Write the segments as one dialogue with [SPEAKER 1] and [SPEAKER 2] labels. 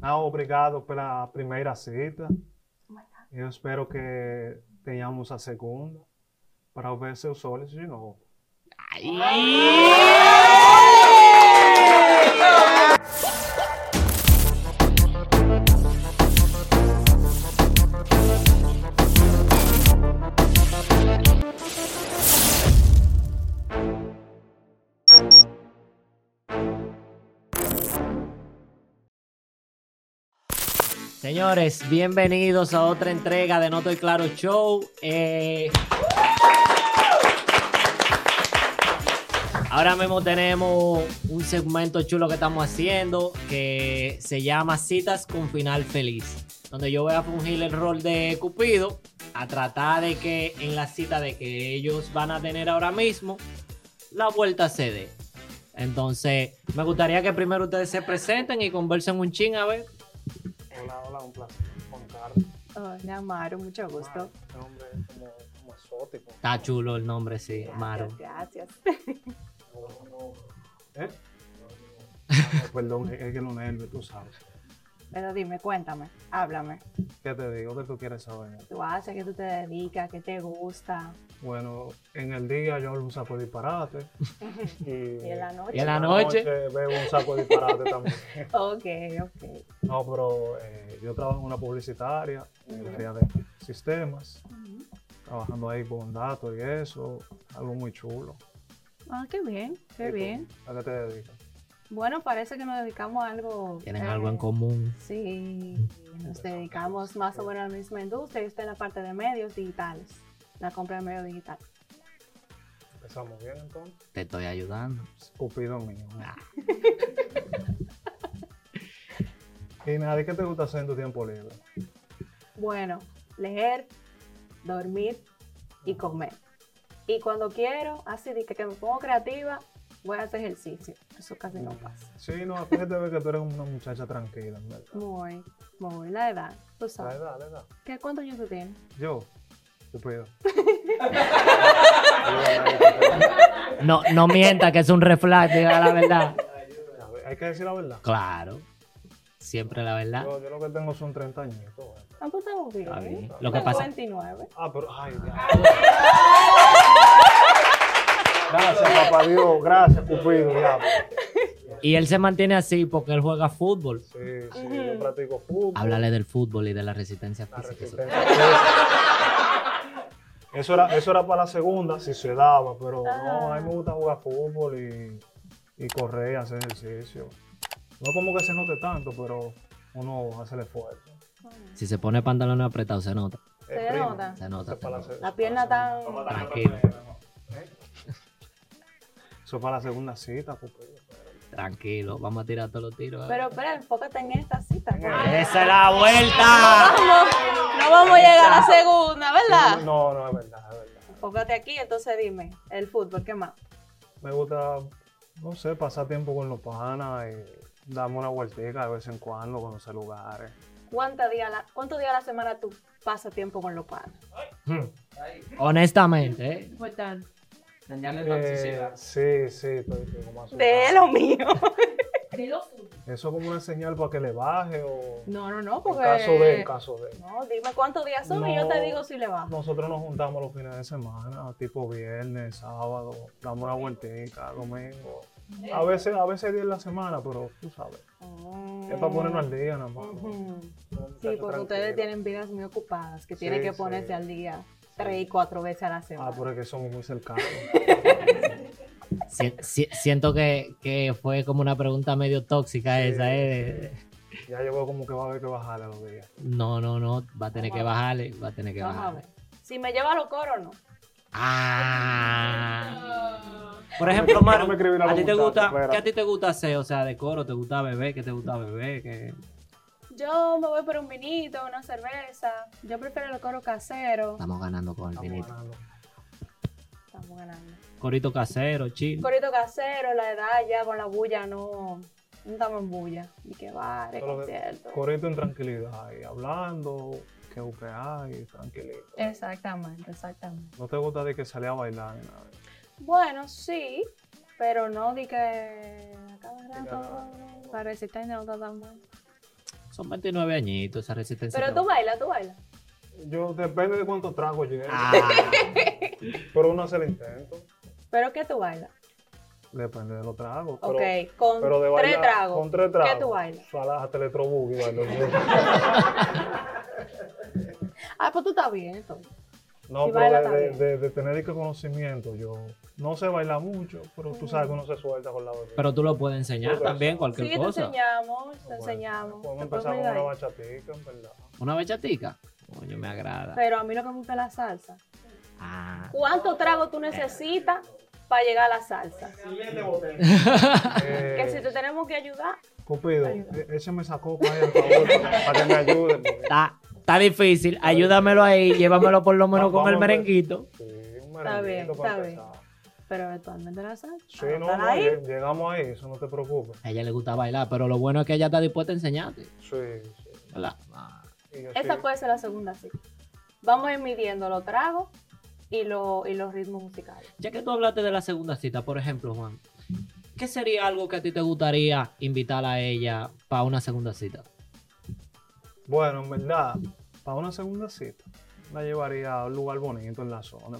[SPEAKER 1] Não, obrigado pela primeira cita. Eu espero que tenhamos a segunda para ver seus olhos de novo.
[SPEAKER 2] Señores, bienvenidos a otra entrega de No Estoy Claro Show. Eh, Ahora mismo tenemos un segmento chulo que estamos haciendo que se llama Citas con Final Feliz, donde yo voy a fungir el rol de Cupido a tratar de que en la cita de que ellos van a tener ahora mismo, la vuelta se dé. Entonces, me gustaría que primero ustedes se presenten y conversen un ching a ver
[SPEAKER 1] Hola, hola, um un placer encontrarte.
[SPEAKER 3] Hola, Maru, mucho gusto.
[SPEAKER 1] Este hombre como, como exótico.
[SPEAKER 2] Está chulo el nombre, sí, Maro.
[SPEAKER 3] Gracias.
[SPEAKER 1] ¿Eh? Ah, no, Perdón, es que no nervio, tú sabes.
[SPEAKER 3] Pero dime, cuéntame, háblame.
[SPEAKER 1] ¿Qué te digo? ¿Qué tú quieres saber?
[SPEAKER 3] ¿Tú haces? ¿Qué tú te dedicas? ¿Qué te gusta?
[SPEAKER 1] Bueno, en el día yo hablo un saco de disparate. Y,
[SPEAKER 3] ¿Y en la noche?
[SPEAKER 2] ¿Y en la noche?
[SPEAKER 1] Bebo un saco de disparate también.
[SPEAKER 2] eh.
[SPEAKER 3] Ok, ok.
[SPEAKER 1] No, pero eh, yo trabajo en una publicitaria, en el área de sistemas, trabajando ahí con datos y eso, algo muy chulo.
[SPEAKER 3] Ah, qué bien,
[SPEAKER 1] ¿Y
[SPEAKER 3] qué
[SPEAKER 1] tú?
[SPEAKER 3] bien.
[SPEAKER 1] ¿A qué te dedicas?
[SPEAKER 3] Bueno, parece que nos dedicamos a algo.
[SPEAKER 2] Tienen
[SPEAKER 3] eh,
[SPEAKER 2] algo en común.
[SPEAKER 3] Sí, nos dedicamos más o menos a la misma industria. Yo estoy en la parte de medios digitales, la compra de medios digitales.
[SPEAKER 1] Empezamos bien entonces.
[SPEAKER 2] Te estoy ayudando.
[SPEAKER 1] Cupido mío.
[SPEAKER 2] Ah.
[SPEAKER 1] y nada, ¿y qué te gusta hacer en tu tiempo libre?
[SPEAKER 3] Bueno, leer, dormir y comer. Y cuando quiero, así de que, que me pongo creativa, voy a hacer ejercicio. Eso casi no pasa.
[SPEAKER 1] Sí, no, fíjate ver que tú eres una muchacha tranquila, en verdad.
[SPEAKER 3] Muy, muy, la edad. Tú
[SPEAKER 1] La
[SPEAKER 3] sabes.
[SPEAKER 1] edad, la edad.
[SPEAKER 3] ¿Qué, ¿Cuántos años tú tienes?
[SPEAKER 1] Yo, Cupido.
[SPEAKER 2] No, no mienta que es un reflejo, diga la verdad.
[SPEAKER 1] Hay que decir la verdad.
[SPEAKER 2] Claro. Siempre la verdad.
[SPEAKER 1] Yo, yo lo que tengo son 30 años.
[SPEAKER 3] Ah, pues estamos bien.
[SPEAKER 2] Está bien.
[SPEAKER 3] Yo
[SPEAKER 2] Lo que
[SPEAKER 3] tengo
[SPEAKER 2] pasa-
[SPEAKER 3] 29.
[SPEAKER 1] Ah, pero, ay, ya. Gracias, papá Dios. Gracias, Cupido. Ya.
[SPEAKER 2] Y él se mantiene así porque él juega fútbol.
[SPEAKER 1] Sí, sí, yo practico fútbol.
[SPEAKER 2] Háblale del fútbol y de la resistencia
[SPEAKER 1] la
[SPEAKER 2] física. Eso-
[SPEAKER 1] resistencia. Eso era, eso era para la segunda, si se daba, pero no, a mí me gusta jugar fútbol y, y correr, hacer ejercicio. No como que se note tanto, pero uno hace el esfuerzo.
[SPEAKER 2] Si se pone pantalones apretados, se nota.
[SPEAKER 3] Se
[SPEAKER 1] Es primo,
[SPEAKER 3] nota.
[SPEAKER 2] Se nota.
[SPEAKER 1] eso es para
[SPEAKER 2] se nota.
[SPEAKER 1] eso
[SPEAKER 3] La
[SPEAKER 1] es
[SPEAKER 3] pierna
[SPEAKER 1] para ¿Eh?
[SPEAKER 3] tan.
[SPEAKER 2] Tranquilo,
[SPEAKER 1] Eso es para la segunda cita, pues, Cupido.
[SPEAKER 2] tranquilo. Vamos a tirar todos los tiros.
[SPEAKER 3] Pero espera, enfócate en esta cita. porque
[SPEAKER 1] pues.
[SPEAKER 2] ¡Esa es la vuelta!
[SPEAKER 3] No, no vamos a llegar a la segunda, ¿verdad?
[SPEAKER 1] No, no, es verdad, es verdad.
[SPEAKER 3] Enfócate aquí, entonces dime, el fútbol, ¿qué más?
[SPEAKER 1] Me gusta, no sé, pasar tiempo con los panas y darme una vueltica de vez en cuando, conocer lugares.
[SPEAKER 3] ¿Cuántos días a la, cuántos días a la semana tú pasas tiempo con los padres?
[SPEAKER 1] Hmm.
[SPEAKER 2] Honestamente, ¿eh?
[SPEAKER 3] Importante.
[SPEAKER 4] Señales
[SPEAKER 1] Eh, sí, sí, estoy, estoy como asustado.
[SPEAKER 3] De lo mío.
[SPEAKER 1] Eso es como una señal para que le baje o...
[SPEAKER 3] No, pues. no, no,
[SPEAKER 1] En
[SPEAKER 3] porque.
[SPEAKER 1] caso de, en caso de.
[SPEAKER 3] No, dime cuántos días son y
[SPEAKER 1] No.
[SPEAKER 3] yo te digo si le va.
[SPEAKER 1] Nosotros nos juntamos los fines de semana, tipo viernes, sábado, damos una vueltica, domingo. A veces, a veces 10 la semana, pero tú sabes. Es para ponernos al día nada más.
[SPEAKER 3] Oh. Ujú.
[SPEAKER 1] Son
[SPEAKER 3] Sí,
[SPEAKER 1] muchachos
[SPEAKER 3] porque ustedes
[SPEAKER 1] tranquilos.
[SPEAKER 3] tienen vidas muy ocupadas que tienen
[SPEAKER 1] Sí,
[SPEAKER 3] que
[SPEAKER 1] sí.
[SPEAKER 3] ponerse al día tres y cuatro veces a la semana.
[SPEAKER 1] Ah, pero es que somos muy cercanos.
[SPEAKER 2] si- si- siento que, que fue como una pregunta medio tóxica esa, ¿eh?
[SPEAKER 1] ya yo veo como que va a haber que bajarle a los días.
[SPEAKER 2] No, no, no. Va a tener que bajarle. Va a tener que
[SPEAKER 3] Vamos a
[SPEAKER 2] bajarle.
[SPEAKER 3] ver. Si me lleva a los coros, no.
[SPEAKER 2] Ah. Por ejemplo, Maru,
[SPEAKER 1] Déjame escribir a
[SPEAKER 2] ¿a
[SPEAKER 1] los
[SPEAKER 2] ti te
[SPEAKER 1] muchachos,
[SPEAKER 2] gusta,
[SPEAKER 1] espérate.
[SPEAKER 2] ¿qué a ti te gusta hacer? O sea, de coro, ¿te gusta beber? ¿Qué te gusta beber? ¿Qué?
[SPEAKER 3] Yo me voy por un vinito, una cerveza. Yo prefiero los coros caseros.
[SPEAKER 1] Ah.
[SPEAKER 2] Estamos ganando con el
[SPEAKER 1] Estamos
[SPEAKER 2] vinito.
[SPEAKER 1] ganando.
[SPEAKER 3] Estamos ganando.
[SPEAKER 2] Corito casero, chill.
[SPEAKER 3] Corito casero, la edad ya con la bulla, no. No estamos en bulla. Ni que bares,
[SPEAKER 1] Solo que-
[SPEAKER 3] conciertos.
[SPEAKER 1] Correcto en tranquilidad, y hablando, que hay, tranquilito.
[SPEAKER 3] Exactamente, exactamente.
[SPEAKER 1] No te gusta de que salía a bailar ni nada.
[SPEAKER 3] Bueno, sí, pero no di que a cada rato
[SPEAKER 1] nada.
[SPEAKER 3] para resistencia no está tan mal.
[SPEAKER 2] Son 29 añitos esa resistencia.
[SPEAKER 3] Pero tú bailas, tú bailas.
[SPEAKER 1] Yo depende de cuánto trago llegue,
[SPEAKER 2] Ah.
[SPEAKER 1] pero uno hace el intento.
[SPEAKER 3] ¿Pero qué tú bailas?
[SPEAKER 1] Depende de los tragos.
[SPEAKER 3] Ok,
[SPEAKER 1] pero-
[SPEAKER 3] con
[SPEAKER 1] Pero de bailar,
[SPEAKER 3] tres tragos.
[SPEAKER 1] Con tres tragos.
[SPEAKER 3] ¿Qué tú bailas?
[SPEAKER 1] Falas, Teletrobug y bailo.
[SPEAKER 3] Ah, pues tú estás bien, entonces.
[SPEAKER 1] No,
[SPEAKER 3] Sí, baila
[SPEAKER 1] pero de, de,
[SPEAKER 3] también.
[SPEAKER 1] de- de tener el conocimiento, yo no sé bailar mucho, pero tú sabes que uno se suelta con la bebida.
[SPEAKER 2] Pero tú lo puedes enseñar
[SPEAKER 1] Otra
[SPEAKER 2] también,
[SPEAKER 1] cosa.
[SPEAKER 2] cualquier
[SPEAKER 3] Sí, te
[SPEAKER 2] cosa.
[SPEAKER 3] enseñamos, te
[SPEAKER 1] Bueno, Podemos
[SPEAKER 3] enseñamos. Te puedes
[SPEAKER 1] pues, empezar con
[SPEAKER 3] cuidar.
[SPEAKER 1] una bachatica, en verdad.
[SPEAKER 2] Una bechatica. Coño, me agrada.
[SPEAKER 3] Pero a mí lo que me gusta es la salsa.
[SPEAKER 2] Ah.
[SPEAKER 3] ¿Cuánto trago tú necesitas para llegar a la salsa?
[SPEAKER 1] Eh,
[SPEAKER 3] Que si te tenemos que ayudar,
[SPEAKER 1] Cupido, eh, échame esa copa ahí, al favor, para que me ayude. porque-
[SPEAKER 2] Está, está difícil. Ayúdamelo ahí. Llévamelo por lo menos
[SPEAKER 1] Vamos
[SPEAKER 2] con el
[SPEAKER 1] a ver.
[SPEAKER 2] merenguito.
[SPEAKER 1] Sí, un
[SPEAKER 3] bien,
[SPEAKER 1] merenguito para
[SPEAKER 3] está bien.
[SPEAKER 1] empezar.
[SPEAKER 3] pero eventualmente la salsa.
[SPEAKER 1] Sí,
[SPEAKER 3] ¿Están
[SPEAKER 1] no, no,
[SPEAKER 3] ahí?
[SPEAKER 1] lleg- llegamos ahí, eso no te preocupes.
[SPEAKER 2] A ella le gusta bailar, pero lo bueno es que ella está dispuesta a enseñarte.
[SPEAKER 1] Sí, sí.
[SPEAKER 2] ¿Verdad? Ah.
[SPEAKER 1] Y yo
[SPEAKER 3] Esta
[SPEAKER 1] sí.
[SPEAKER 3] puede ser la segunda cita. Vamos a ir midiendo los tragos y, lo- y los ritmos musicales.
[SPEAKER 2] Ya que tú hablaste de la segunda cita, por ejemplo, Juan, ¿qué sería algo que a ti te gustaría invitar a ella para una segunda cita?
[SPEAKER 1] Bueno, en verdad, para una segunda cita, la llevaría a un lugar bonito en la zona.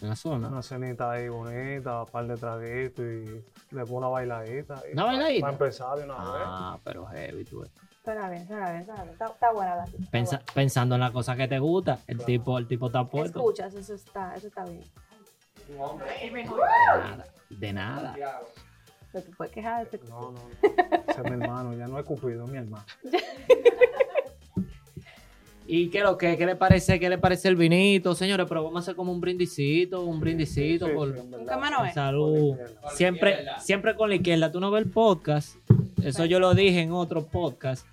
[SPEAKER 2] En la zona.
[SPEAKER 1] Una cenita ahí bonita, un par de traguitos y después una bailadita. ahí.
[SPEAKER 2] ¿Una bailadita?
[SPEAKER 1] Para empezar de una
[SPEAKER 2] Ah, pero heavy, tú. ves.
[SPEAKER 3] Espera bien, espera bien, espera bien. Está, está buena la cita. está
[SPEAKER 2] Pensa-
[SPEAKER 3] buena.
[SPEAKER 2] pensando en la cosa que te gusta, el
[SPEAKER 1] Claro.
[SPEAKER 2] tipo, el tipo está puesto.
[SPEAKER 3] Escuchas, eso está, eso está bien.
[SPEAKER 2] De nada. De nada.
[SPEAKER 3] Pero tú puedes quejar de
[SPEAKER 1] vez. No, no. Ese es mi hermano, ya no es Cupido, es mi hermano.
[SPEAKER 2] ¿Y qué lo que? ¿Qué le parece? ¿Qué le parece el vinito? Señores, pero vamos a hacer como un brindicito, un brindicito
[SPEAKER 1] Sí,
[SPEAKER 2] por,
[SPEAKER 1] sí, en
[SPEAKER 3] un
[SPEAKER 1] verdad.
[SPEAKER 3] cámara no
[SPEAKER 2] por
[SPEAKER 3] es.
[SPEAKER 2] salud. Siempre, siempre con la izquierda. Tú no ves el podcast. Eso yo lo dije en otro podcast.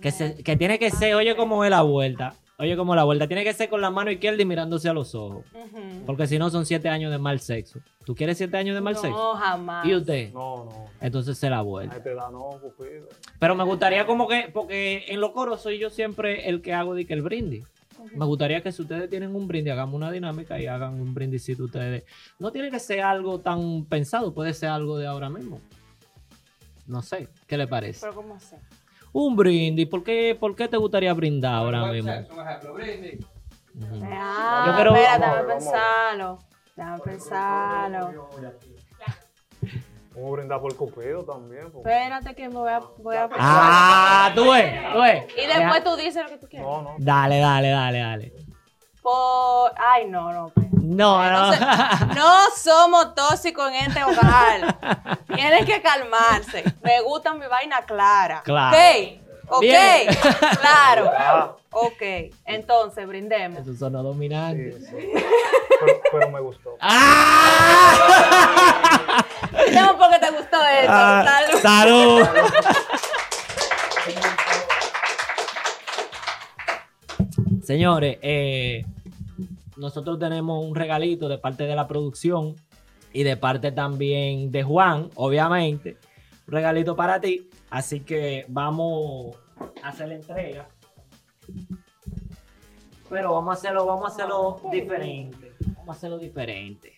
[SPEAKER 2] Que, se- que tiene que ser, oye cómo es la vuelta. Oye cómo la vuelta. Tiene que ser con la mano izquierda y mirándose a los ojos.
[SPEAKER 3] Ujú.
[SPEAKER 2] Porque si no son siete años de mal sexo. ¿Tú quieres siete años de mal sexo?
[SPEAKER 3] No, jamás.
[SPEAKER 2] ¿Y usted?
[SPEAKER 1] No, no.
[SPEAKER 2] Entonces se la vuelta.
[SPEAKER 1] Ahí te da no, Cupido.
[SPEAKER 2] Pero me gustaría como que, porque en los coros soy yo siempre el que hago de que el brindis. Me gustaría que si ustedes tienen un brindis, hagamos una dinámica y hagan un brindisito ustedes. No tiene que ser algo tan pensado, puede ser algo de ahora mismo. No sé, ¿qué le parece?
[SPEAKER 3] Pero ¿cómo sé?
[SPEAKER 2] Un brindis, ¿por qué, por qué te gustaría brindar ahora mismo? Ujú.
[SPEAKER 3] Ah,
[SPEAKER 2] Yo quiero-
[SPEAKER 3] espera,
[SPEAKER 1] Vamos a
[SPEAKER 3] déjame
[SPEAKER 1] ver, vamos
[SPEAKER 3] pensarlo. Déjame pensarlo.
[SPEAKER 1] Vamos a brindar por Cupido también. pues. porque-
[SPEAKER 3] Espérate que me voy a, voy a pensar.
[SPEAKER 2] Ah, tú ves, tú ves.
[SPEAKER 3] Y después tú dices lo que tú quieras.
[SPEAKER 1] No, no.
[SPEAKER 2] Dale, dale, dale, dale.
[SPEAKER 3] Por... Ay, no, no. espera.
[SPEAKER 2] No, no.
[SPEAKER 3] No somos tóxicos en este hogar. Tienen que calmarse. Me gusta mi vaina clara.
[SPEAKER 2] Claro.
[SPEAKER 3] Ok. Ok.
[SPEAKER 2] Bien.
[SPEAKER 1] Ah.
[SPEAKER 3] Claro. Ok. Entonces, brindemos.
[SPEAKER 2] Eso sonó dominante.
[SPEAKER 1] Sí, sí. Pero, pero me gustó.
[SPEAKER 2] ¡Ah!
[SPEAKER 3] Brindemos porque te gustó esto.
[SPEAKER 2] Ah,
[SPEAKER 3] Salud.
[SPEAKER 2] salud. Señores, eh, nosotros tenemos un regalito de parte de la producción y de parte también de Juan, obviamente. Un regalito para ti. Así que vamos a hacer la entrega. Pero vamos a hacerlo, vamos a hacerlo diferente. Vamos a hacerlo diferente.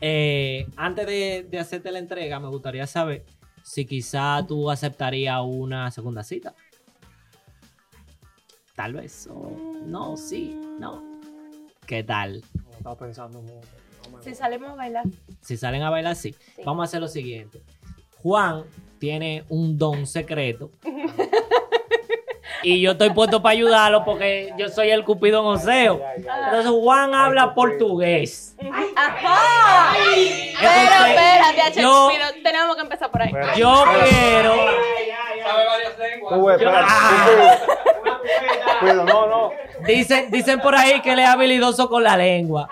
[SPEAKER 2] Eh, antes de, de hacerte la entrega, me gustaría saber si quizá tú aceptarías una segunda cita. Tal vez. o no, sí, no. ¿Qué tal?
[SPEAKER 1] No estaba pensando mucho. no me
[SPEAKER 3] Si
[SPEAKER 1] gusta.
[SPEAKER 3] salimos a bailar.
[SPEAKER 2] Si salen a bailar, sí. Vamos a hacer lo siguiente. Juan tiene un don secreto. y yo estoy puesto para ayudarlo porque yo soy el cupido en oseo.
[SPEAKER 1] Ay, ay, ay.
[SPEAKER 2] Entonces Juan habla
[SPEAKER 1] Ay, Cupido.
[SPEAKER 2] portugués.
[SPEAKER 3] Ajá. Pero
[SPEAKER 2] Entonces,
[SPEAKER 3] espérate, H.
[SPEAKER 2] yo-
[SPEAKER 3] Cupido, Tenemos que empezar por ahí.
[SPEAKER 1] Espera.
[SPEAKER 2] Yo quiero...
[SPEAKER 4] Sabe varias lenguas.
[SPEAKER 1] Tú, espera,
[SPEAKER 2] Ah.
[SPEAKER 1] Cupido. Cupido, no, no.
[SPEAKER 2] Dicen, dicen por ahí que él es habilidoso con la lengua.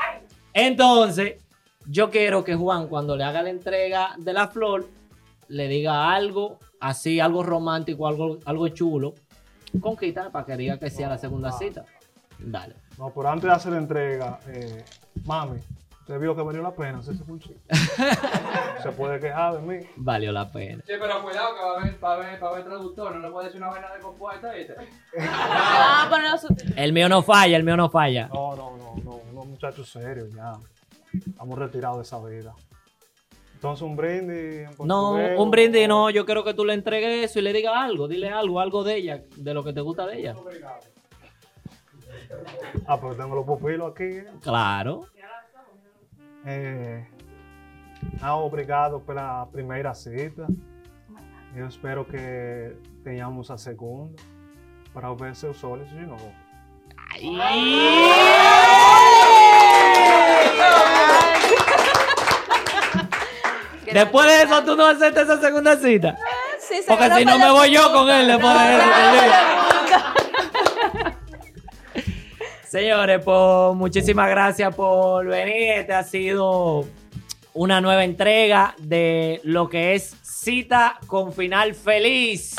[SPEAKER 2] Entonces, yo quiero que Juan, cuando le haga la entrega de la flor, le diga algo así, algo romántico, algo, algo chulo. Conquista para que diga que sea la segunda cita. Dale.
[SPEAKER 1] No, pero antes de hacer la entrega, eh, mami, usted vio que valió la pena hacerse pulsito. Se puede quejar de mí.
[SPEAKER 2] Valió la pena.
[SPEAKER 4] Che, pero cuidado que va a haber, va a haber, va a haber traductor, no le puedes decir una vaina de compuesta, ¿viste?
[SPEAKER 3] Vamos a poner los subtítulos.
[SPEAKER 2] El mío no falla, el mío no falla.
[SPEAKER 1] No, no, no, no, unos muchachos serios ya. Estamos retirados de esa vida. Entonces, Entonces un brindis. en
[SPEAKER 2] No,
[SPEAKER 1] portugués,
[SPEAKER 2] un brindis
[SPEAKER 1] o-
[SPEAKER 2] no, yo quiero que tú le entregues eso y le digas algo, dile algo, algo de ella, de lo que te gusta de ella.
[SPEAKER 1] Ah, pero tengo los pupilos aquí. eh.
[SPEAKER 2] Claro.
[SPEAKER 1] Eh, ah, obrigado pela primeira cita. Eu espero que tenhamos a segunda para ver seus olhos de novo.
[SPEAKER 2] Después de eso, tú no aceptas esa segunda cita.
[SPEAKER 5] Sí, se
[SPEAKER 2] Porque
[SPEAKER 5] quedó
[SPEAKER 2] si no
[SPEAKER 5] con la
[SPEAKER 2] me voy yo con él después de eso. ¿entendés? Señores, pues muchísimas gracias por venir. Este ha sido una nueva entrega de lo que es Cita con Final Feliz.